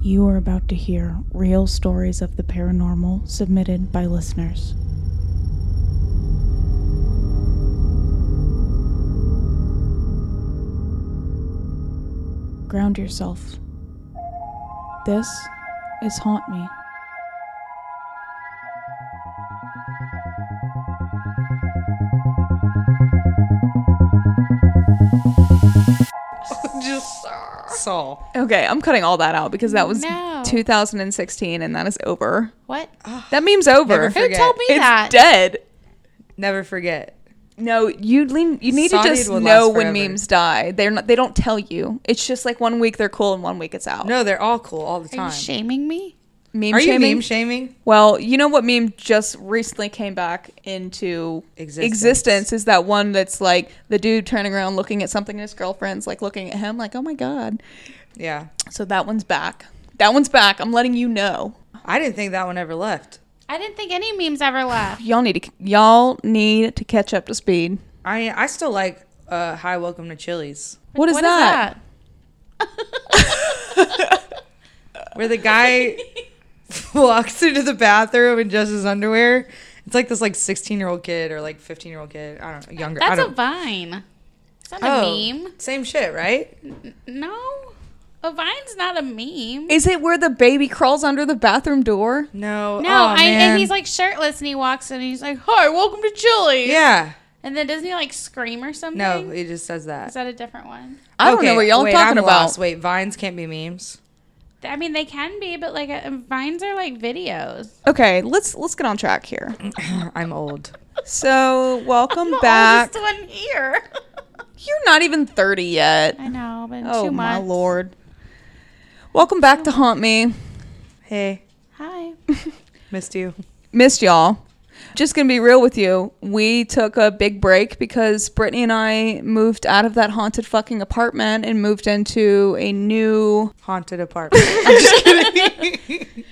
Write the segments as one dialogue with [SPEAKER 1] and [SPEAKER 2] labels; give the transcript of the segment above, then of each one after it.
[SPEAKER 1] You are about to hear real stories of the paranormal submitted by listeners. Ground yourself. This is Haunt Me.
[SPEAKER 2] Just
[SPEAKER 3] Saul.
[SPEAKER 4] Okay, I'm cutting all that out because that was
[SPEAKER 2] No.
[SPEAKER 4] 2016 and that is over.
[SPEAKER 2] what?
[SPEAKER 4] That meme's over.
[SPEAKER 3] Never
[SPEAKER 2] Who
[SPEAKER 3] forget.
[SPEAKER 2] told me
[SPEAKER 4] it's
[SPEAKER 2] that?
[SPEAKER 4] dead.
[SPEAKER 3] Never forget.
[SPEAKER 4] No, you lean, you need
[SPEAKER 3] Saw
[SPEAKER 4] to
[SPEAKER 3] dude
[SPEAKER 4] just
[SPEAKER 3] will
[SPEAKER 4] know
[SPEAKER 3] last
[SPEAKER 4] when
[SPEAKER 3] forever.
[SPEAKER 4] memes die. They're not they don't tell you. It's just like one week they're cool and one week it's out.
[SPEAKER 3] No, they're all cool all the
[SPEAKER 2] Are
[SPEAKER 3] time.
[SPEAKER 2] you shaming me?
[SPEAKER 4] Meme
[SPEAKER 3] Are you
[SPEAKER 4] shaming?
[SPEAKER 3] meme shaming?
[SPEAKER 4] well, you know what meme just recently came back into
[SPEAKER 3] Existence.
[SPEAKER 4] existence is that one that's like the dude turning around looking at something and his girlfriend's like looking at him like, "Oh my god."
[SPEAKER 3] Yeah.
[SPEAKER 4] So that one's back. That one's back. I'm letting you know.
[SPEAKER 3] I didn't think that one ever left.
[SPEAKER 2] I didn't think any memes ever left.
[SPEAKER 4] Y'all need to y'all need to catch up to speed.
[SPEAKER 3] I I still like uh, Hi Welcome to Chili's.
[SPEAKER 4] What is that?
[SPEAKER 3] Where the guy walks into the bathroom in just his underwear. It's like this like sixteen year old kid or like fifteen year old kid. I don't know, younger. I
[SPEAKER 2] That's a
[SPEAKER 3] don't, Oh,
[SPEAKER 2] vine. It's not
[SPEAKER 4] Oh.
[SPEAKER 2] a meme.
[SPEAKER 3] Same shit, right?
[SPEAKER 2] No. A vine's not a meme.
[SPEAKER 4] Is it where the baby crawls under the bathroom door?
[SPEAKER 3] No.
[SPEAKER 2] no,
[SPEAKER 3] Aw,
[SPEAKER 2] I, and
[SPEAKER 3] man.
[SPEAKER 2] he's like shirtless and he walks in and he's like, Hi, welcome to Chili's.
[SPEAKER 3] Yeah.
[SPEAKER 2] And then doesn't he like scream or something?
[SPEAKER 3] No, he just says that.
[SPEAKER 2] Is that a different one?
[SPEAKER 4] I don't know
[SPEAKER 3] Okay,
[SPEAKER 4] what y'all are
[SPEAKER 3] wait,
[SPEAKER 4] talking
[SPEAKER 3] I'm
[SPEAKER 4] about.
[SPEAKER 3] lost. Wait, vines can't be memes.
[SPEAKER 2] I mean, they can be, but like uh, vines are like videos.
[SPEAKER 4] Okay, let's let's get on track here.
[SPEAKER 3] I'm old.
[SPEAKER 4] So,
[SPEAKER 2] I'm
[SPEAKER 4] welcome
[SPEAKER 2] the
[SPEAKER 4] back.
[SPEAKER 2] oldest one here.
[SPEAKER 4] You're not even 30 yet.
[SPEAKER 2] I know, but in
[SPEAKER 4] Oh
[SPEAKER 2] two
[SPEAKER 4] my
[SPEAKER 2] months.
[SPEAKER 4] lord. Welcome back to Haunt Me.
[SPEAKER 3] Hey,
[SPEAKER 2] Hi.
[SPEAKER 3] missed you.
[SPEAKER 4] Missed y'all. Just going to be real with you. We took a big break because Brittany and I moved out of that haunted fucking apartment and moved into a new
[SPEAKER 3] Haunted apartment.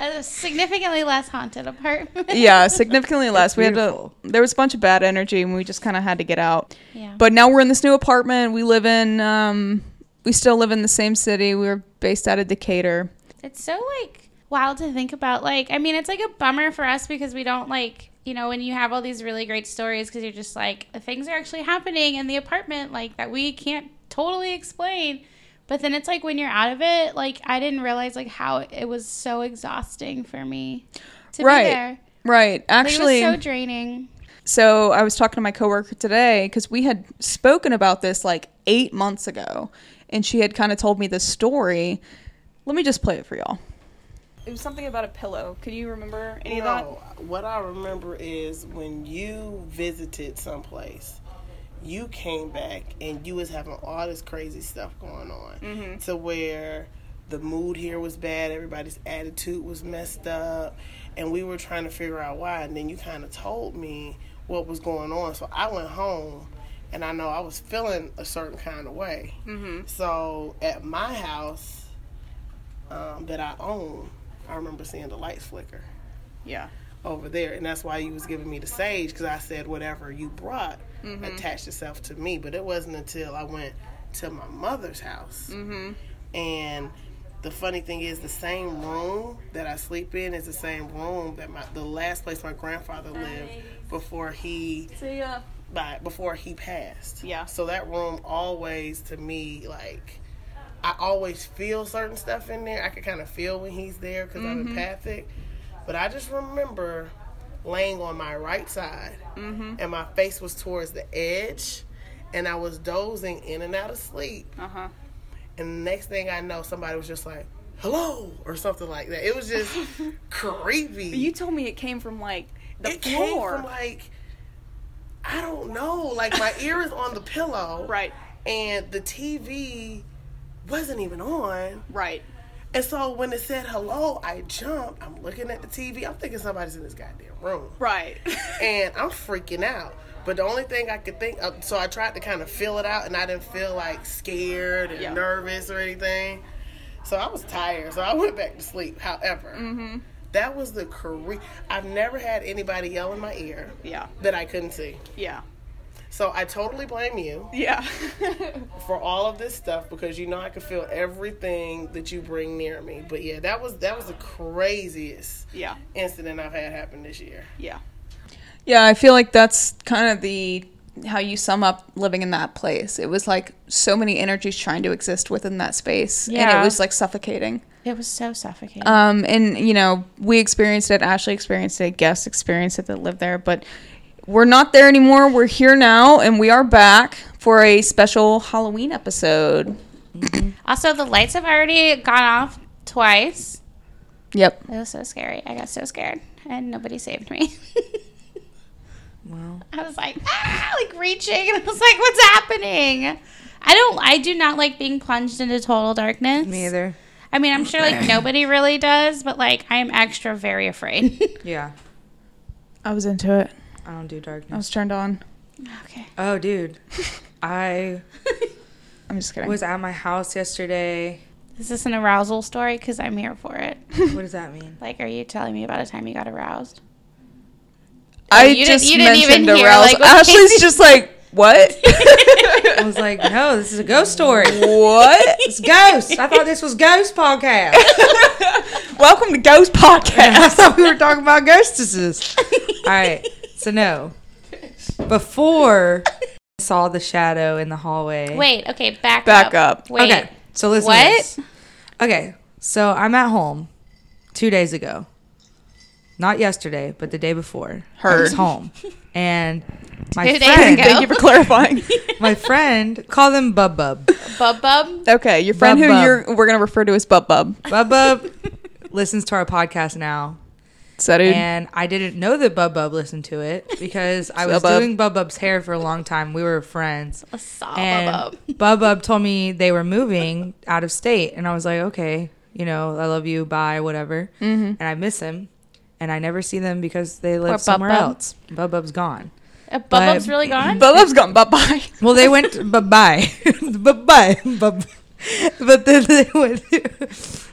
[SPEAKER 2] A significantly less haunted apartment.
[SPEAKER 4] yeah, significantly less. We had to
[SPEAKER 3] beautiful.
[SPEAKER 4] there was a bunch of bad energy and we just kind of had to get out.
[SPEAKER 2] Yeah.
[SPEAKER 4] But now we're in this new apartment. We live in, um, we still live in the same city. We were based out of Decatur.
[SPEAKER 2] It's so like wild to think about. Like, I mean, it's like a bummer for us because we don't like, you know, when you have all these really great stories because you're just like, things are actually happening in the apartment, like that we can't totally explain. But then it's like when you're out of it, like I didn't realize like how it was so exhausting for me to
[SPEAKER 4] Right.
[SPEAKER 2] be there.
[SPEAKER 4] Right.
[SPEAKER 2] Like,
[SPEAKER 4] Actually,
[SPEAKER 2] it was so draining.
[SPEAKER 4] so I was talking to my coworker today because we had spoken about this like eight months ago, and she had kind of told me the story. Let me just play it for y'all. It was something about a pillow. Could you remember any
[SPEAKER 5] No, what I remember is when you visited someplace, you came back and you was having all this crazy stuff going on, to where the mood here was bad, everybody's attitude was messed up, and we were trying to figure out why. And then you kind of told me what was going on, so I went home. And I know I was feeling a certain kind of way. So at my house um, that I own, I remember seeing the lights flicker
[SPEAKER 4] Yeah.
[SPEAKER 5] over there, and that's why you was giving me the sage because I said whatever you brought attached itself to me. But it wasn't until I went to my mother's house, and the funny thing is, the same room that I sleep in is the same room that my the last place my grandfather lived before he by before he passed.
[SPEAKER 4] Yeah.
[SPEAKER 5] So that room always to me like I always feel certain stuff in there. I can kind of feel when he's there because I'm
[SPEAKER 4] Mm-hmm.
[SPEAKER 5] empathic. But I just remember laying on my right side
[SPEAKER 4] Mm-hmm.
[SPEAKER 5] and my face was towards the edge and I was dozing in and out of sleep.
[SPEAKER 4] Uh-huh.
[SPEAKER 5] And the next thing I know, somebody was just like, hello, or something like that. It was just creepy
[SPEAKER 4] You told me it came from like the
[SPEAKER 5] it
[SPEAKER 4] floor.
[SPEAKER 5] came from like I don't know. Like my ear is on the pillow,
[SPEAKER 4] right.
[SPEAKER 5] And the TV wasn't even on.
[SPEAKER 4] Right.
[SPEAKER 5] And so when it said hello, I jumped. I'm looking at the TV. I'm thinking somebody's in this goddamn room,
[SPEAKER 4] Right.
[SPEAKER 5] and I'm freaking out. But the only thing I could think, of, so I tried to kind of feel it out, and I didn't feel like scared and
[SPEAKER 4] Yeah.
[SPEAKER 5] nervous or anything. So I was tired, so I went back to sleep. However,
[SPEAKER 4] Mm-hmm.
[SPEAKER 5] that was the career. I've never had anybody yell in my ear
[SPEAKER 4] yeah.
[SPEAKER 5] that I couldn't see.
[SPEAKER 4] Yeah.
[SPEAKER 5] So I totally blame you
[SPEAKER 4] Yeah.
[SPEAKER 5] for all of this stuff because you know I can feel everything that you bring near me. But yeah, that was that was the craziest
[SPEAKER 4] yeah.
[SPEAKER 5] incident I've had happen this year.
[SPEAKER 4] Yeah. Yeah, I feel like that's kind of the how you sum up living in that place. It was like so many energies trying to exist within that space. And
[SPEAKER 2] Yeah.
[SPEAKER 4] it was like suffocating.
[SPEAKER 2] It was so suffocating.
[SPEAKER 4] Um, and you know, we experienced it, Ashley experienced it, guests experienced it that lived there, but we're not there anymore. We're here now and we are back for a special Halloween episode.
[SPEAKER 2] also, the lights have already gone off twice.
[SPEAKER 4] Yep.
[SPEAKER 2] It was so scary. I got so scared, and nobody saved me.
[SPEAKER 3] Well,
[SPEAKER 2] I was like, ah, like reaching, and I was like, what's happening? I don't. I do not like being plunged into total darkness.
[SPEAKER 3] me either.
[SPEAKER 2] I mean, I'm sure like nobody really does, but like I am extra very afraid.
[SPEAKER 3] Yeah,
[SPEAKER 1] I was into it.
[SPEAKER 3] I don't do
[SPEAKER 4] I
[SPEAKER 3] darkness.
[SPEAKER 4] was turned on.
[SPEAKER 2] okay.
[SPEAKER 3] Oh, dude, I
[SPEAKER 4] I'm just kidding.
[SPEAKER 3] was at my house yesterday.
[SPEAKER 2] Is this an arousal story? Because I'm here for it.
[SPEAKER 3] What does that mean?
[SPEAKER 2] Like, are you telling me about a time you got aroused?
[SPEAKER 4] I
[SPEAKER 2] Oh, you didn't-
[SPEAKER 4] just
[SPEAKER 2] you didn't
[SPEAKER 4] mentioned
[SPEAKER 2] even hear,
[SPEAKER 4] arousal.
[SPEAKER 2] like, what
[SPEAKER 4] Ashley's
[SPEAKER 2] Casey-
[SPEAKER 4] just like, what?
[SPEAKER 3] I was like, no, this is a ghost story.
[SPEAKER 4] what?
[SPEAKER 3] It's ghosts. I thought this was ghost podcast.
[SPEAKER 4] Welcome to Ghost Podcast.
[SPEAKER 3] I thought we were talking about ghostesses. All right. So no. Before I saw the shadow in the hallway.
[SPEAKER 2] Wait. Okay. Back.
[SPEAKER 4] Back up.
[SPEAKER 2] Wait.
[SPEAKER 3] Okay. So listen. to
[SPEAKER 2] What?
[SPEAKER 3] this. Okay. So I'm at home 2 days ago. Not yesterday, but the day before. I was
[SPEAKER 4] Heard.
[SPEAKER 3] home. And my
[SPEAKER 2] Two days
[SPEAKER 3] friend,
[SPEAKER 2] ago.
[SPEAKER 4] Thank you for clarifying.
[SPEAKER 3] my friend, call them Bub Bub.
[SPEAKER 2] Bub bub.
[SPEAKER 4] okay, your friend
[SPEAKER 3] Bub
[SPEAKER 4] who
[SPEAKER 3] Bub.
[SPEAKER 4] you're we're gonna refer to as Bub Bub.
[SPEAKER 3] Bub Bub listens to our podcast now.
[SPEAKER 4] So dude,
[SPEAKER 3] and I didn't know that Bub Bub listened to it because I
[SPEAKER 4] So
[SPEAKER 3] was
[SPEAKER 4] Bub.
[SPEAKER 3] doing Bub Bub's hair for a long time. We were friends.
[SPEAKER 2] I saw
[SPEAKER 3] And
[SPEAKER 2] Ah, bub bub.
[SPEAKER 3] Bub Bub told me they were moving out of state, and I was like, okay, you know, I love you, bye, whatever. And I miss him, and I never see them because they live
[SPEAKER 2] Mm-hmm. Poor Bub
[SPEAKER 3] somewhere
[SPEAKER 2] Bub.
[SPEAKER 3] else. Bub Bub's gone.
[SPEAKER 2] Uh, Bub
[SPEAKER 3] but-
[SPEAKER 2] bub's really gone.
[SPEAKER 4] Bub Bub's gone. Bye bye.
[SPEAKER 3] Well, they went bye bye, bye bye, bub. But then they went,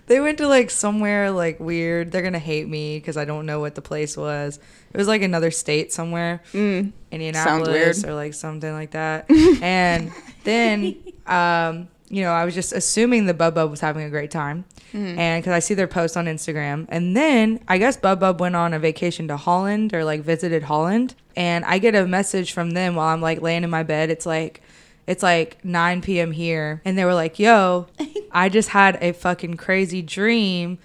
[SPEAKER 3] they went to like somewhere like weird. They're gonna hate me because I don't know what the place was. It was like another state somewhere, mm, Indianapolis
[SPEAKER 4] weird.
[SPEAKER 3] or like something like that. and then, um, you know, I was just assuming the Bub Bub was having a great time, and because I see their posts on Instagram. And then I guess Bub Bub went on a vacation to Holland or like visited Holland, and I get a message from them while I'm like laying in my bed. It's like it's like 9 p.m. here. And they were like, yo, I just had a fucking crazy dream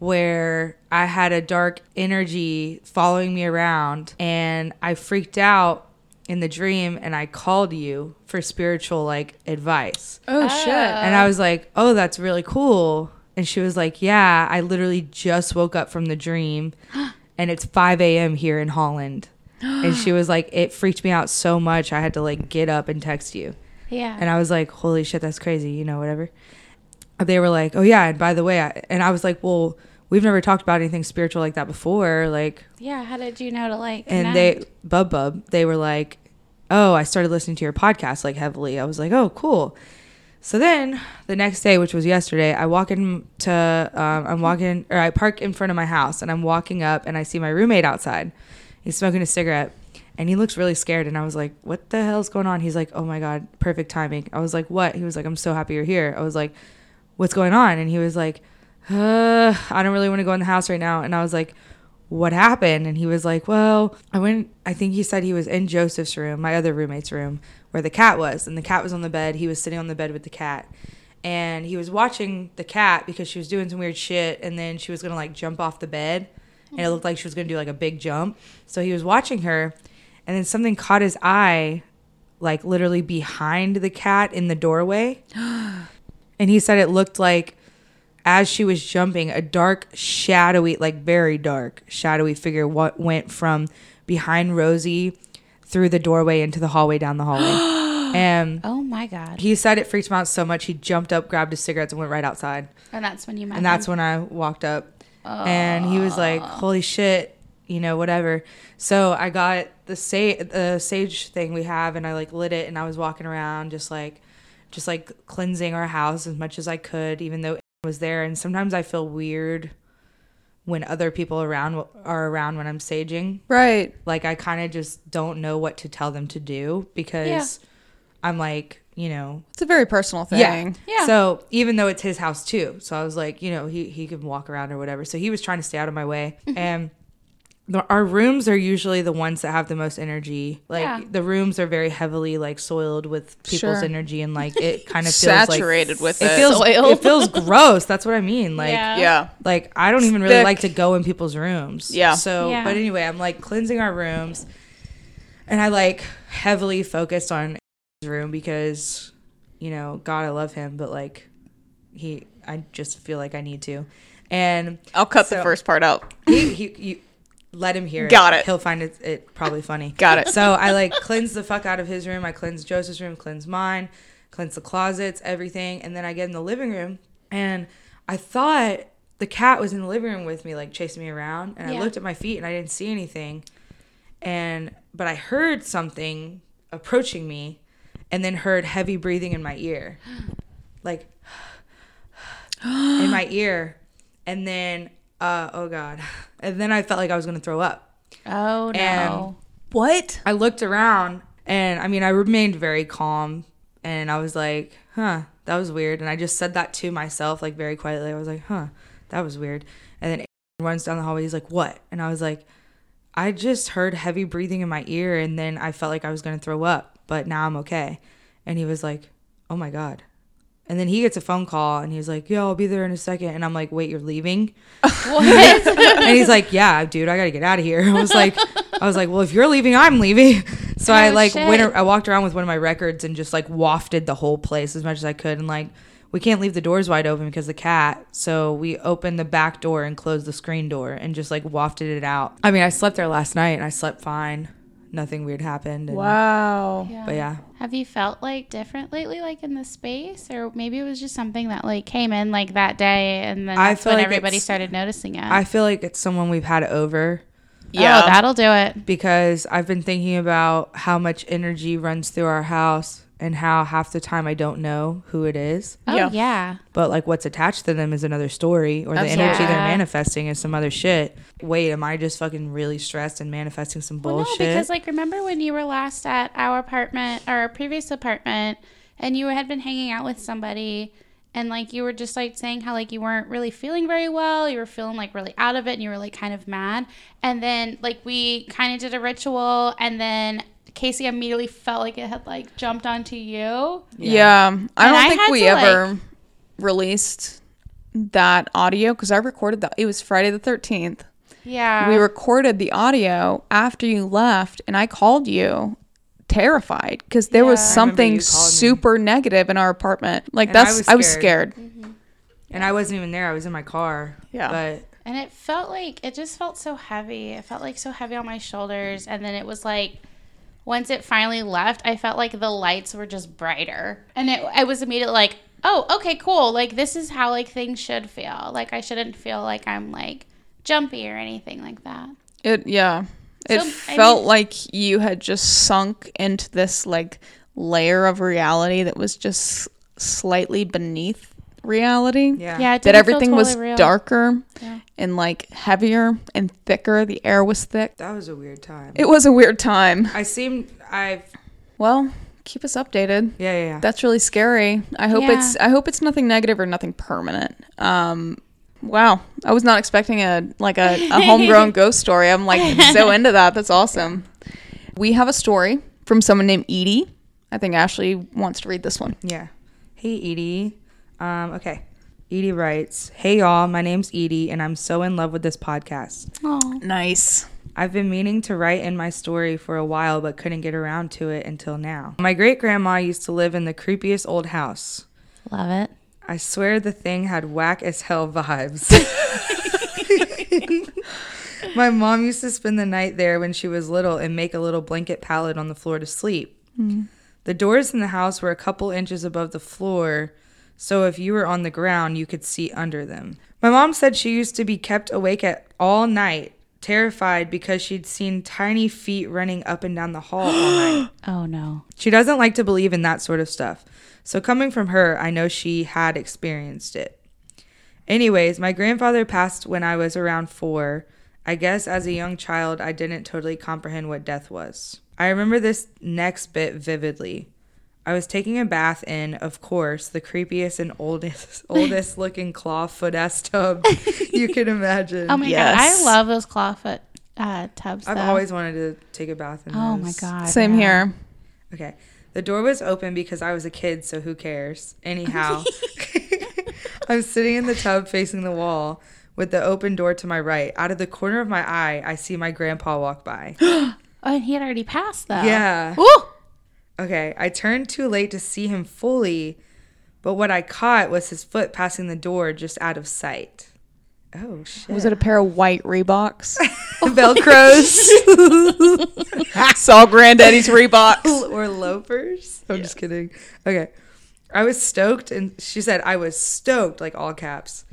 [SPEAKER 3] where I had a dark energy following me around and I freaked out in the dream and I called you for spiritual like advice.
[SPEAKER 4] Oh shit.
[SPEAKER 3] And I was like, oh, that's really cool. And she was like, yeah, I literally just woke up from the dream and it's 5 a.m. here in Holland. and she was like, it freaked me out so much. I had to like get up and text you.
[SPEAKER 2] Yeah.
[SPEAKER 3] And I was like, holy shit, that's crazy, you know, whatever. They were like, oh, yeah. And by the way, I, and I was like, well, we've never talked about anything spiritual like that before. Like,
[SPEAKER 2] yeah. How did you know to like?
[SPEAKER 3] and
[SPEAKER 2] not-
[SPEAKER 3] they, Bub Bub, they were like, oh, I started listening to your podcast like heavily. I was like, oh, cool. So then the next day, which was yesterday, I walk into, um, I'm walking, or I park in front of my house and I'm walking up and I see my roommate outside. He's smoking a cigarette and he looks really scared. And I was like, what the hell's going on? He's like, oh my God, perfect timing. I was like, what? He was like, I'm so happy you're here. I was like, what's going on? And he was like, uh, I don't really want to go in the house right now. And I was like, what happened? And he was like, Well, I went, I think he said he was in Joseph's room, my other roommate's room, where the cat was. And the cat was on the bed. He was sitting on the bed with the cat. And he was watching the cat because she was doing some weird shit. And then she was going to like jump off the bed. And it looked like she was going to do like a big jump. So he was watching her. And then something caught his eye, like literally behind the cat in the doorway. and he said it looked like as she was jumping, a dark, shadowy, like very dark, shadowy figure what went from behind Rosie through the doorway into the hallway down the hallway. and
[SPEAKER 2] Oh my god.
[SPEAKER 3] he said it freaked him out so much he jumped up, grabbed his cigarettes, and went right outside.
[SPEAKER 2] And that's when you met.
[SPEAKER 3] And that's when I walked up. And he was like, holy shit, you know, whatever. So I got the, sa- the sage thing we have and I like lit it and I was walking around just like, just like cleansing our house as much as I could, even though it was there. And sometimes I feel weird when other people around are around when I'm saging.
[SPEAKER 4] Right.
[SPEAKER 3] Like I kind of just don't know what to tell them to do because I'm like, you know,
[SPEAKER 4] It's a very personal thing.
[SPEAKER 3] yeah.
[SPEAKER 2] Yeah.
[SPEAKER 3] So even though it's his house too, so I was like, you know, he he can walk around or whatever. So he was trying to stay out of my way, and the, our rooms are usually the ones that have the most energy. Like
[SPEAKER 2] Yeah.
[SPEAKER 3] the rooms are very heavily like soiled with people's
[SPEAKER 4] Sure.
[SPEAKER 3] energy, and like it kind of feels
[SPEAKER 4] Saturated
[SPEAKER 3] like,
[SPEAKER 4] with
[SPEAKER 3] it
[SPEAKER 4] it.
[SPEAKER 3] feels
[SPEAKER 4] Soil.
[SPEAKER 3] it feels gross. That's what I mean. Like
[SPEAKER 2] Yeah.
[SPEAKER 4] Yeah.
[SPEAKER 3] like I don't even really
[SPEAKER 4] thick.
[SPEAKER 3] like to go in people's rooms.
[SPEAKER 4] Yeah.
[SPEAKER 3] So,
[SPEAKER 2] Yeah.
[SPEAKER 3] but anyway, I'm like cleansing our rooms, and I like heavily focused on his room because, you know, God, I love him, but like, he, I just feel like I need to, and
[SPEAKER 4] I'll cut
[SPEAKER 3] So-
[SPEAKER 4] the first part out.
[SPEAKER 3] he, he, you let him hear.
[SPEAKER 4] Got it.
[SPEAKER 3] He'll find it, it probably funny.
[SPEAKER 4] Got it.
[SPEAKER 3] So I like cleanse the fuck out of his room. I cleanse Joseph's room, cleanse mine, cleanse the closets, everything, and then I get in the living room, and I thought the cat was in the living room with me, like chasing me around, and
[SPEAKER 2] Yeah.
[SPEAKER 3] I looked at my feet and I didn't see anything, and but I heard something approaching me, and then heard heavy breathing in my ear, like in my ear, and then uh, oh god, and then I felt like I was gonna throw up.
[SPEAKER 2] Oh no.
[SPEAKER 4] What?
[SPEAKER 3] I looked around and I mean, I remained very calm and I was like, huh, that was weird. And I just said that to myself, like very quietly. I was like, huh, that was weird. And then runs down the hallway. He's like, what? And I was like, I just heard heavy breathing in my ear and then I felt like I was going to throw up, but now I'm okay. And he was like, oh my God. And then he gets a phone call and he's like, yo, I'll be there in a second. And I'm like, wait, you're leaving?
[SPEAKER 2] What?
[SPEAKER 3] and he's like, "Yeah, dude, I gotta get out of here." I was like, "I was like, well, if you're leaving, I'm leaving." So I
[SPEAKER 2] Oh,
[SPEAKER 3] like
[SPEAKER 2] shit.
[SPEAKER 3] went. ar- I walked around with one of my records and just like wafted the whole place as much as I could, and like we can't leave the doors wide open because the cat. So we opened the back door and closed the screen door and just like wafted it out. I mean, I slept there last night and I slept fine. Nothing weird happened. And,
[SPEAKER 4] Wow.
[SPEAKER 3] But yeah,
[SPEAKER 2] Have you felt like different lately, like in the space, or maybe it was just something that like came in like that day, and then
[SPEAKER 3] I
[SPEAKER 2] that's
[SPEAKER 3] feel
[SPEAKER 2] when
[SPEAKER 3] like
[SPEAKER 2] everybody
[SPEAKER 3] it's-
[SPEAKER 2] started noticing it.
[SPEAKER 3] I feel like it's someone we've had over.
[SPEAKER 2] Oh, that'll do it.
[SPEAKER 3] because I've been thinking about how much energy runs through our house and how half the time I don't know who it is.
[SPEAKER 2] Oh yeah.
[SPEAKER 4] Yeah.
[SPEAKER 3] But like what's attached to them is another story or the energy
[SPEAKER 2] Absolutely.
[SPEAKER 3] they're
[SPEAKER 2] Yeah.
[SPEAKER 3] manifesting is some other shit. Wait, am I just fucking really stressed and manifesting some
[SPEAKER 2] Well,
[SPEAKER 3] bullshit?
[SPEAKER 2] no, because like remember when you were last at our apartment or our previous apartment, and you had been hanging out with somebody, and like you were just like saying how like you weren't really feeling very well, you were feeling like really out of it, and you were like kind of mad, and then like we kind of did a ritual, and then Casey immediately felt like it had like jumped onto you.
[SPEAKER 4] Yeah. I
[SPEAKER 2] And
[SPEAKER 4] don't
[SPEAKER 2] I
[SPEAKER 4] think
[SPEAKER 2] had
[SPEAKER 4] we
[SPEAKER 2] to,
[SPEAKER 4] ever
[SPEAKER 2] like-
[SPEAKER 4] released that audio because I recorded that. It was Friday the 13th.
[SPEAKER 2] Yeah,
[SPEAKER 4] we recorded the audio after you left, and I called you terrified because there was
[SPEAKER 2] Yeah. I
[SPEAKER 3] remember you
[SPEAKER 4] something
[SPEAKER 3] called me.
[SPEAKER 4] super negative in our apartment. Like,
[SPEAKER 3] And I
[SPEAKER 4] that's,
[SPEAKER 3] was
[SPEAKER 4] I was
[SPEAKER 3] scared.
[SPEAKER 4] scared.
[SPEAKER 3] and I wasn't even there. I was in my car.
[SPEAKER 4] Yeah.
[SPEAKER 3] But
[SPEAKER 2] And it felt like it just felt so heavy. It felt like so heavy on my shoulders. And then it was like once it finally left, I felt like the lights were just brighter. And it I was immediately like, Oh, okay, cool. Like this is how like things should feel. Like I shouldn't feel like I'm like jumpy or anything like that.
[SPEAKER 4] It, yeah. It
[SPEAKER 2] So, I
[SPEAKER 4] felt
[SPEAKER 2] mean-
[SPEAKER 4] like you had just sunk into this, like, layer of reality that was just slightly beneath reality.
[SPEAKER 3] yeah.
[SPEAKER 2] Yeah, it
[SPEAKER 4] that
[SPEAKER 2] didn't feel
[SPEAKER 4] everything was
[SPEAKER 2] totally real.
[SPEAKER 4] darker
[SPEAKER 2] Yeah.
[SPEAKER 4] and like heavier and thicker. The air was thick.
[SPEAKER 3] That was a weird time.
[SPEAKER 4] It was a weird time.
[SPEAKER 3] I seemed I've
[SPEAKER 4] Well, keep us updated.
[SPEAKER 3] yeah, yeah, yeah.
[SPEAKER 4] That's really scary. I hope it's I hope it's nothing negative or nothing permanent. Um wow. I was not expecting a like a, a homegrown ghost story. I'm like so into that. That's awesome. We have a story from someone named Edie. I think Ashley wants to read this one.
[SPEAKER 3] Yeah. Hey, Edie. Um, okay. Edie writes, Hey, y'all. My name's Edie, and I'm so in love with this podcast.
[SPEAKER 2] Oh.
[SPEAKER 4] Nice.
[SPEAKER 3] I've been meaning to write in my story for a while, but couldn't get around to it until now. My great grandma used to live in the creepiest old house.
[SPEAKER 2] Love it.
[SPEAKER 3] I swear the thing had whack as hell vibes. My mom used to spend the night there when she was little and make a little blanket pallet on the floor to sleep. The doors in the house were a couple inches above the floor, so if you were on the ground, you could see under them. My mom said she used to be kept awake at all night, terrified because she'd seen tiny feet running up and down the hall all night.
[SPEAKER 2] Oh no.
[SPEAKER 3] She doesn't like to believe in that sort of stuff. So, coming from her, I know she had experienced it. Anyways, my grandfather passed when I was around four. I guess as a young child, I didn't totally comprehend what death was. I remember this next bit vividly. I was taking a bath in, of course, the creepiest and oldest, oldest looking claw foot ass tub you can imagine.
[SPEAKER 2] Oh my
[SPEAKER 4] Yes.
[SPEAKER 2] god, I love those clawfoot uh, tubs.
[SPEAKER 3] I've
[SPEAKER 2] though.
[SPEAKER 3] always wanted to take a bath in.
[SPEAKER 2] Oh my
[SPEAKER 3] those.
[SPEAKER 2] god.
[SPEAKER 4] Same here.
[SPEAKER 3] Okay. The door was open because I was a kid, so who cares? Anyhow, I'm sitting in the tub facing the wall with the open door to my right. Out of the corner of my eye, I see my grandpa walk by.
[SPEAKER 2] Oh, and he had already passed though.
[SPEAKER 3] yeah.
[SPEAKER 2] Ooh.
[SPEAKER 3] Okay. I turned too late to see him fully, but what I caught was his foot passing the door just out of sight. Oh, shit.
[SPEAKER 4] Was it a pair of white Reeboks?
[SPEAKER 3] Velcros?
[SPEAKER 4] Saw granddaddy's Reeboks.
[SPEAKER 3] or loafers. I'm just kidding. Okay. I was stoked, and she said, I was stoked, like all caps,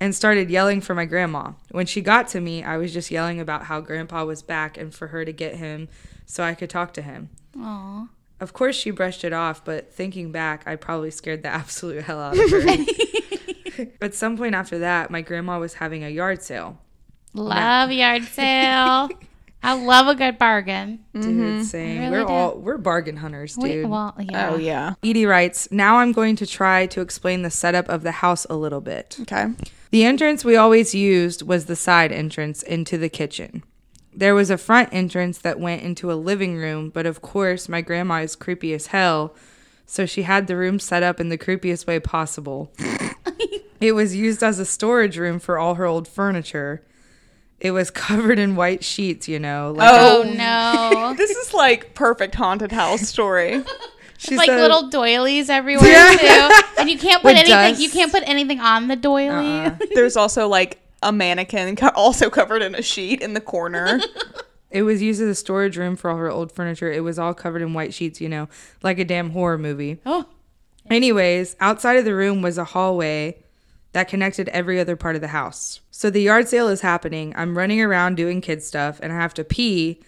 [SPEAKER 3] and started yelling for my grandma. When she got to me, I was just yelling about how grandpa was back and for her to get him so I could talk to him.
[SPEAKER 2] Aw.
[SPEAKER 3] Of course, she brushed it off, but thinking back, I probably scared the absolute hell out of her. At some point after that, my grandma was having a yard sale.
[SPEAKER 2] Love yard sale. I love a good bargain.
[SPEAKER 3] Dude, saying
[SPEAKER 2] Mm-hmm. really
[SPEAKER 3] we're
[SPEAKER 2] do.
[SPEAKER 3] all we're bargain hunters, dude.
[SPEAKER 2] Wait, well, yeah.
[SPEAKER 4] Oh yeah.
[SPEAKER 3] Edie writes, Now I'm going to try to explain the setup of the house a little bit.
[SPEAKER 4] Okay.
[SPEAKER 3] The entrance we always used was the side entrance into the kitchen. There was a front entrance that went into a living room, but of course, my grandma is creepy as hell, so she had the room set up in the creepiest way possible. it was used as a storage room for all her old furniture. It was covered in white sheets, you know. Like
[SPEAKER 2] Oh no.
[SPEAKER 4] This is like perfect haunted house story.
[SPEAKER 3] she
[SPEAKER 2] like
[SPEAKER 3] said-
[SPEAKER 2] little doilies everywhere too. And you can't put
[SPEAKER 3] With
[SPEAKER 2] anything you
[SPEAKER 3] dust.
[SPEAKER 2] can't put anything on the doily.
[SPEAKER 4] There's also like a mannequin co- also covered in a sheet in the corner.
[SPEAKER 3] It was used as a storage room for all her old furniture. It was all covered in white sheets, you know, like a damn horror movie.
[SPEAKER 2] Oh.
[SPEAKER 3] Anyways, outside of the room was a hallway that connected every other part of the house. So the yard sale is happening. I'm running around doing kid stuff and I have to pee,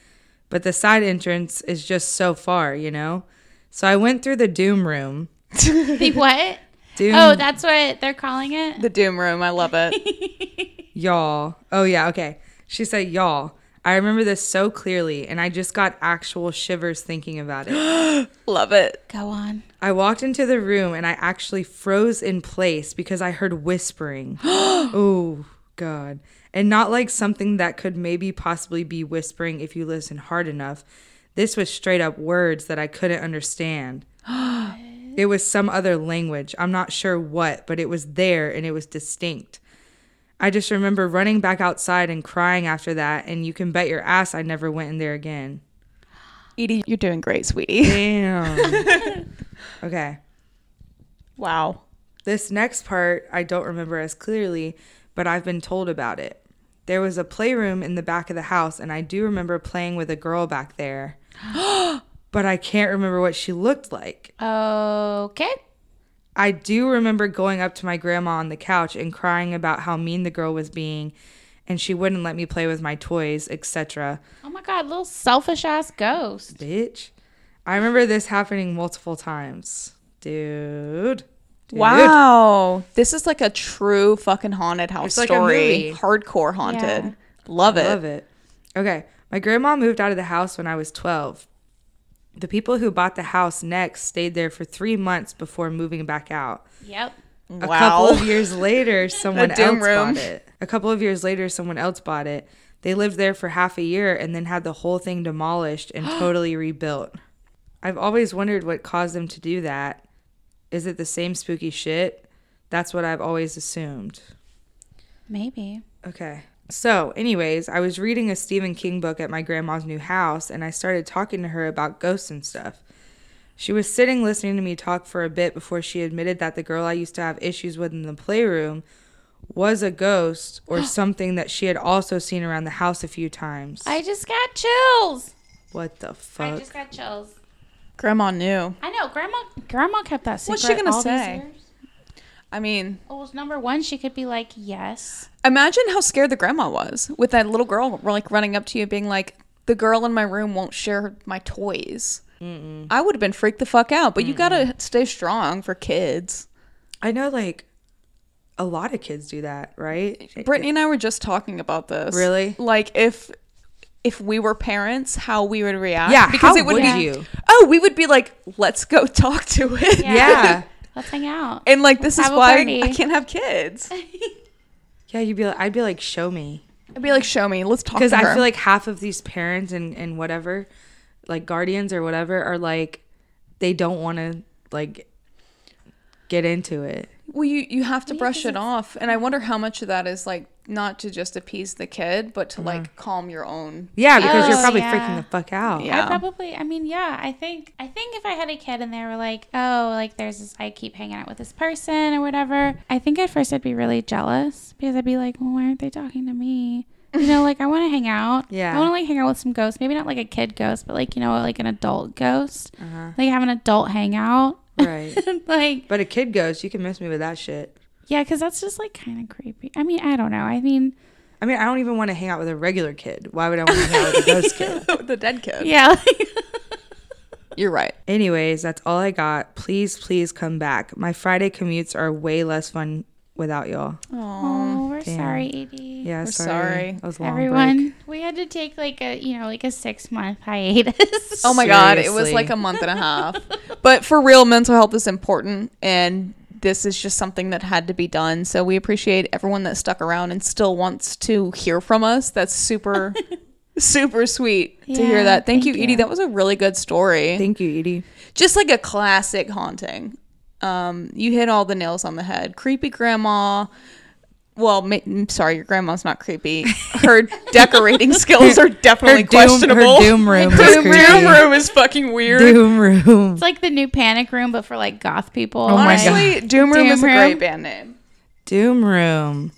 [SPEAKER 3] but the side entrance is just so far, you know? So I went through the doom room.
[SPEAKER 2] The what?
[SPEAKER 3] Doom,
[SPEAKER 2] Oh, that's what they're calling it.
[SPEAKER 4] Um, The doom room, I love it.
[SPEAKER 3] y'all. Oh, yeah, okay. She said, y'all. I remember this so clearly and I just got actual shivers thinking about it.
[SPEAKER 4] Love it.
[SPEAKER 2] Go on.
[SPEAKER 3] I walked into the room and I actually froze in place because I heard whispering. oh, God. And not like something that could maybe possibly be whispering if you listen hard enough. This was straight up words that I couldn't understand. it was some other language. I'm not sure what, but it was there and it was distinct. I just remember running back outside and crying after that. And you can bet your ass I never went in there again.
[SPEAKER 4] Edie, you're doing great, sweetie.
[SPEAKER 3] Damn. okay.
[SPEAKER 4] Wow.
[SPEAKER 3] This next part I don't remember as clearly, but I've been told about it. There was a playroom in the back of the house, and I do remember playing with a girl back there, but I can't remember what she looked like.
[SPEAKER 2] Okay.
[SPEAKER 3] I do remember going up to my grandma on the couch and crying about how mean the girl was being, and she wouldn't let me play with my toys, etc.
[SPEAKER 2] Oh my god, little selfish ass ghost.
[SPEAKER 3] Bitch. I remember this happening multiple times. Dude. Dude.
[SPEAKER 4] Wow. This is like a true fucking haunted house
[SPEAKER 3] like a
[SPEAKER 4] story.
[SPEAKER 3] movie.
[SPEAKER 4] Hardcore haunted. Love it.
[SPEAKER 3] Love it. Okay. My grandma moved out of the house when I was 12. The people who bought the house next stayed there for three months before moving back out.
[SPEAKER 2] Yep.
[SPEAKER 3] A
[SPEAKER 4] Wow.
[SPEAKER 3] couple of years later, someone else
[SPEAKER 4] doom room.
[SPEAKER 3] bought it. A couple of years later, someone else bought it. They lived there for half a year and then had the whole thing demolished and totally rebuilt. I've always wondered what caused them to do that. Is it the same spooky shit? That's what I've always assumed.
[SPEAKER 2] Maybe.
[SPEAKER 3] Okay. So, anyways, I was reading a Stephen King book at my grandma's new house and I started talking to her about ghosts and stuff. She was sitting listening to me talk for a bit before she admitted that the girl I used to have issues with in the playroom was a ghost or something that she had also seen around the house a few times.
[SPEAKER 2] I just got chills.
[SPEAKER 3] what the
[SPEAKER 2] I
[SPEAKER 3] fuck?
[SPEAKER 2] just got chills.
[SPEAKER 4] Grandma knew.
[SPEAKER 2] I know grandma. Grandma kept that secret.
[SPEAKER 4] What's she gonna
[SPEAKER 2] all these
[SPEAKER 4] say?
[SPEAKER 2] years.
[SPEAKER 4] I mean,
[SPEAKER 2] Well, it's number one, she could be like, "Yes."
[SPEAKER 4] imagine how scared the grandma was with that little girl like running up to you being like, the girl in my room won't share my toys. I would have been freaked the fuck out, but you gotta stay strong for kids.
[SPEAKER 3] I know, like, a lot of kids do that, right?
[SPEAKER 4] Brittany and I were just talking about this.
[SPEAKER 3] Really?
[SPEAKER 4] Like if if we were parents, how we would react.
[SPEAKER 3] Yeah,
[SPEAKER 4] Because
[SPEAKER 3] how
[SPEAKER 4] it would,
[SPEAKER 3] would
[SPEAKER 4] be
[SPEAKER 3] you?
[SPEAKER 4] Oh, we would be like, let's go talk to it.
[SPEAKER 2] Yeah.
[SPEAKER 3] Yeah.
[SPEAKER 2] Let's hang out.
[SPEAKER 4] And like this is
[SPEAKER 2] Have a
[SPEAKER 4] why
[SPEAKER 2] party.
[SPEAKER 4] I can't have kids.
[SPEAKER 3] Yeah, you'd be like, I'd be like, show me.
[SPEAKER 4] I'd be like, show me, let's talk to
[SPEAKER 3] Because
[SPEAKER 4] her.
[SPEAKER 3] I feel like half of these parents and, and whatever, like guardians or whatever, are like, they don't want to like get into it.
[SPEAKER 4] Well, you, you have to brush it off. And I wonder how much of that is like not to just appease the kid, but
[SPEAKER 3] Mm-hmm.
[SPEAKER 4] to like calm your own.
[SPEAKER 3] Yeah, because you're
[SPEAKER 2] Oh,
[SPEAKER 3] probably
[SPEAKER 2] yeah.
[SPEAKER 3] freaking the fuck out.
[SPEAKER 4] Yeah.
[SPEAKER 2] I probably, I mean, yeah, I think, I think if I had a kid and they were like, oh, like there's this, I keep hanging out with this person or whatever, I think at first I'd be really jealous because I'd be like, well, why aren't they talking to me? You know, like I want to hang out.
[SPEAKER 3] Yeah.
[SPEAKER 2] I want to like hang out with some ghosts. Maybe not like a kid ghost, but like, you know, like an adult ghost.
[SPEAKER 3] Uh-huh.
[SPEAKER 2] Like have an adult hangout.
[SPEAKER 3] Right.
[SPEAKER 2] like,
[SPEAKER 3] But a kid goes, you can miss me with that shit.
[SPEAKER 2] yeah, because that's just like kind of creepy. I mean, I don't know. I mean,
[SPEAKER 3] I mean, I don't even want to hang out with a regular kid. Why would I want to hang out with a ghost kid?
[SPEAKER 4] the dead kid.
[SPEAKER 2] yeah.
[SPEAKER 4] You're right.
[SPEAKER 3] Anyways, that's all I got. Please, please come back. My Friday commutes are way less fun without y'all.
[SPEAKER 2] oh, we're sorry, Edie.
[SPEAKER 3] Yeah, sorry.
[SPEAKER 4] sorry.
[SPEAKER 3] That was a long break.
[SPEAKER 2] Everyone, we had to take like a you know like a six month hiatus.
[SPEAKER 4] Oh my god, it was
[SPEAKER 3] Seriously.
[SPEAKER 4] like a month and a half. but for real, mental health is important and this is just something that had to be done. So we appreciate everyone that stuck around and still wants to hear from us. That's super super sweet to
[SPEAKER 2] Yeah,
[SPEAKER 4] hear that. Thank, you,
[SPEAKER 2] thank
[SPEAKER 4] Edie.
[SPEAKER 2] you.
[SPEAKER 4] That was a really good story.
[SPEAKER 3] Thank you, Edie.
[SPEAKER 4] just like a classic haunting. Um, you hit all the nails on the head. Creepy grandma. Well, ma- mm, sorry, your grandma's not creepy. Her decorating skills are definitely questionable.
[SPEAKER 3] her doom room. was
[SPEAKER 4] Her doom
[SPEAKER 3] creepy.
[SPEAKER 4] room is fucking weird.
[SPEAKER 3] Doom room.
[SPEAKER 2] It's like the new panic room, but for like goth people. Oh
[SPEAKER 3] my God.
[SPEAKER 4] Honestly, Doom Room
[SPEAKER 2] Doom
[SPEAKER 4] is a
[SPEAKER 2] Room?
[SPEAKER 4] great band name.
[SPEAKER 3] Doom room.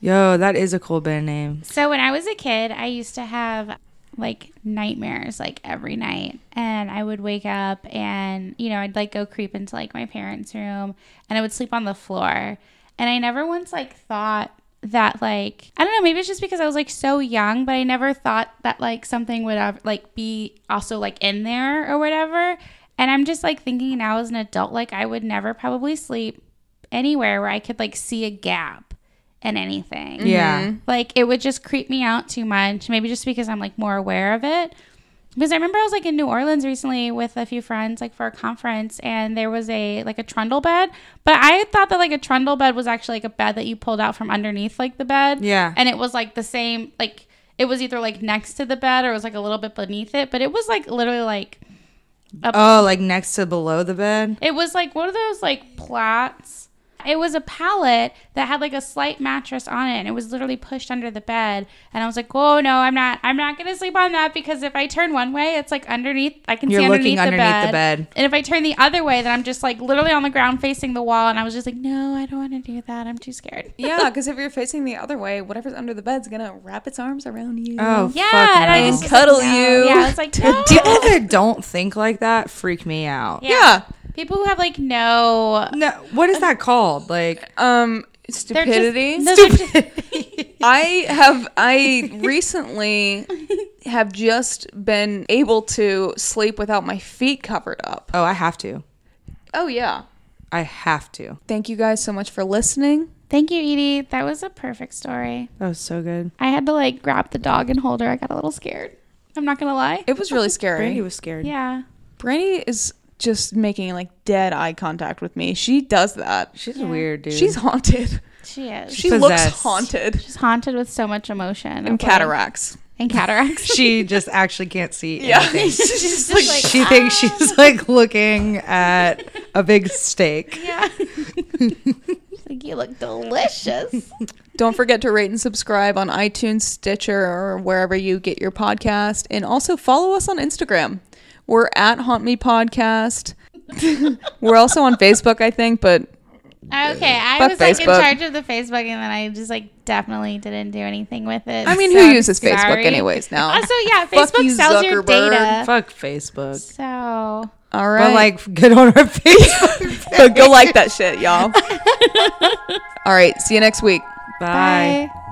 [SPEAKER 3] Yo, that is a cool band name.
[SPEAKER 2] So when I was a kid, I used to have like nightmares like every night, and I would wake up and you know I'd like go creep into like my parents' room, and I would sleep on the floor, and I never once like thought that like I don't know maybe it's just because I was like so young but I never thought that like something would have, like be also like in there or whatever and I'm just like thinking now as an adult like I would never probably sleep anywhere where I could like see a gap in anything
[SPEAKER 3] Yeah.
[SPEAKER 2] like it would just creep me out too much maybe just because i'm like more aware of it because i remember i was like in new orleans recently with a few friends like for a conference and there was a like a trundle bed but i thought that like a trundle bed was actually like a bed that you pulled out from underneath like the bed
[SPEAKER 3] Yeah.
[SPEAKER 2] and it was like the same like it was either like next to the bed or it was like a little bit beneath it but it was like literally like
[SPEAKER 3] Oh, like next to below the bed.
[SPEAKER 2] it was like one of those like plats. It was a pallet that had like a slight mattress on it, and it was literally pushed under the bed. And I was like, "Oh no, I'm not. I'm not gonna sleep on that because if I turn one way, it's like underneath. I can
[SPEAKER 3] You're
[SPEAKER 2] see
[SPEAKER 3] looking
[SPEAKER 2] underneath,
[SPEAKER 3] underneath
[SPEAKER 2] the, bed.
[SPEAKER 3] the bed.
[SPEAKER 2] And if I turn the other way, then I'm just like literally on the ground facing the wall. And I was just like, "No, I don't want to do that. I'm too scared."
[SPEAKER 4] Yeah, because if you're facing the other way, whatever's under the bed's gonna wrap its arms around you.
[SPEAKER 3] Oh,
[SPEAKER 2] Yeah,
[SPEAKER 3] fuck
[SPEAKER 2] and I
[SPEAKER 3] no.
[SPEAKER 2] just was
[SPEAKER 4] Cuddle
[SPEAKER 2] like, no.
[SPEAKER 4] you.
[SPEAKER 2] Yeah, it's like no.
[SPEAKER 3] people that don't think like that freak me out.
[SPEAKER 4] yeah.
[SPEAKER 2] People who have like no
[SPEAKER 3] No, what is that called? Like,
[SPEAKER 4] Um,
[SPEAKER 2] they're just-
[SPEAKER 4] stupidity.
[SPEAKER 2] no, they're just-
[SPEAKER 4] I have I recently have just been able to sleep without my feet covered up.
[SPEAKER 3] oh, I have to.
[SPEAKER 4] Oh yeah.
[SPEAKER 3] I have to.
[SPEAKER 4] Thank you guys so much for listening.
[SPEAKER 2] Thank you, Edie. That was a perfect story.
[SPEAKER 3] That was so good.
[SPEAKER 2] I had to like grab the dog and hold her. I got a little scared. I'm not gonna lie.
[SPEAKER 4] It was really
[SPEAKER 3] Brandy
[SPEAKER 4] scary.
[SPEAKER 3] was scared.
[SPEAKER 2] Yeah.
[SPEAKER 4] Brandy is just making like dead eye contact with me. She does that.
[SPEAKER 3] She's weird, dude.
[SPEAKER 4] She's haunted.
[SPEAKER 2] She is.
[SPEAKER 4] She
[SPEAKER 3] Possessed.
[SPEAKER 4] looks haunted.
[SPEAKER 2] She's haunted with so much emotion.
[SPEAKER 4] And cataracts.
[SPEAKER 2] And cataracts.
[SPEAKER 3] she just actually can't see.
[SPEAKER 4] Yeah.
[SPEAKER 3] anything.
[SPEAKER 4] She's just like,
[SPEAKER 3] She thinks she's like looking at a big steak.
[SPEAKER 2] yeah. like you look delicious.
[SPEAKER 4] Don't forget to rate and subscribe on iTunes, Stitcher, or wherever you get your podcast. And also follow us on Instagram. We're at Haunt Me Podcast. We're also on Facebook, I think, but
[SPEAKER 2] Okay, I
[SPEAKER 4] Fuck
[SPEAKER 2] was like in
[SPEAKER 4] Facebook.
[SPEAKER 2] charge of the Facebook, and then I just like definitely didn't do anything with it.
[SPEAKER 4] I mean,
[SPEAKER 2] So
[SPEAKER 4] who
[SPEAKER 2] I'm
[SPEAKER 4] uses Facebook
[SPEAKER 2] sorry.
[SPEAKER 4] anyways now?
[SPEAKER 2] Also, yeah,
[SPEAKER 4] Fuck
[SPEAKER 2] Facebook
[SPEAKER 4] you,
[SPEAKER 2] sells your
[SPEAKER 4] Zuckerberg.
[SPEAKER 2] data.
[SPEAKER 3] Fuck Facebook.
[SPEAKER 2] So
[SPEAKER 4] All right.
[SPEAKER 3] But like, good on her Facebook.
[SPEAKER 4] but go like that shit, y'all. All right. See you next week.
[SPEAKER 3] Bye.
[SPEAKER 2] bye.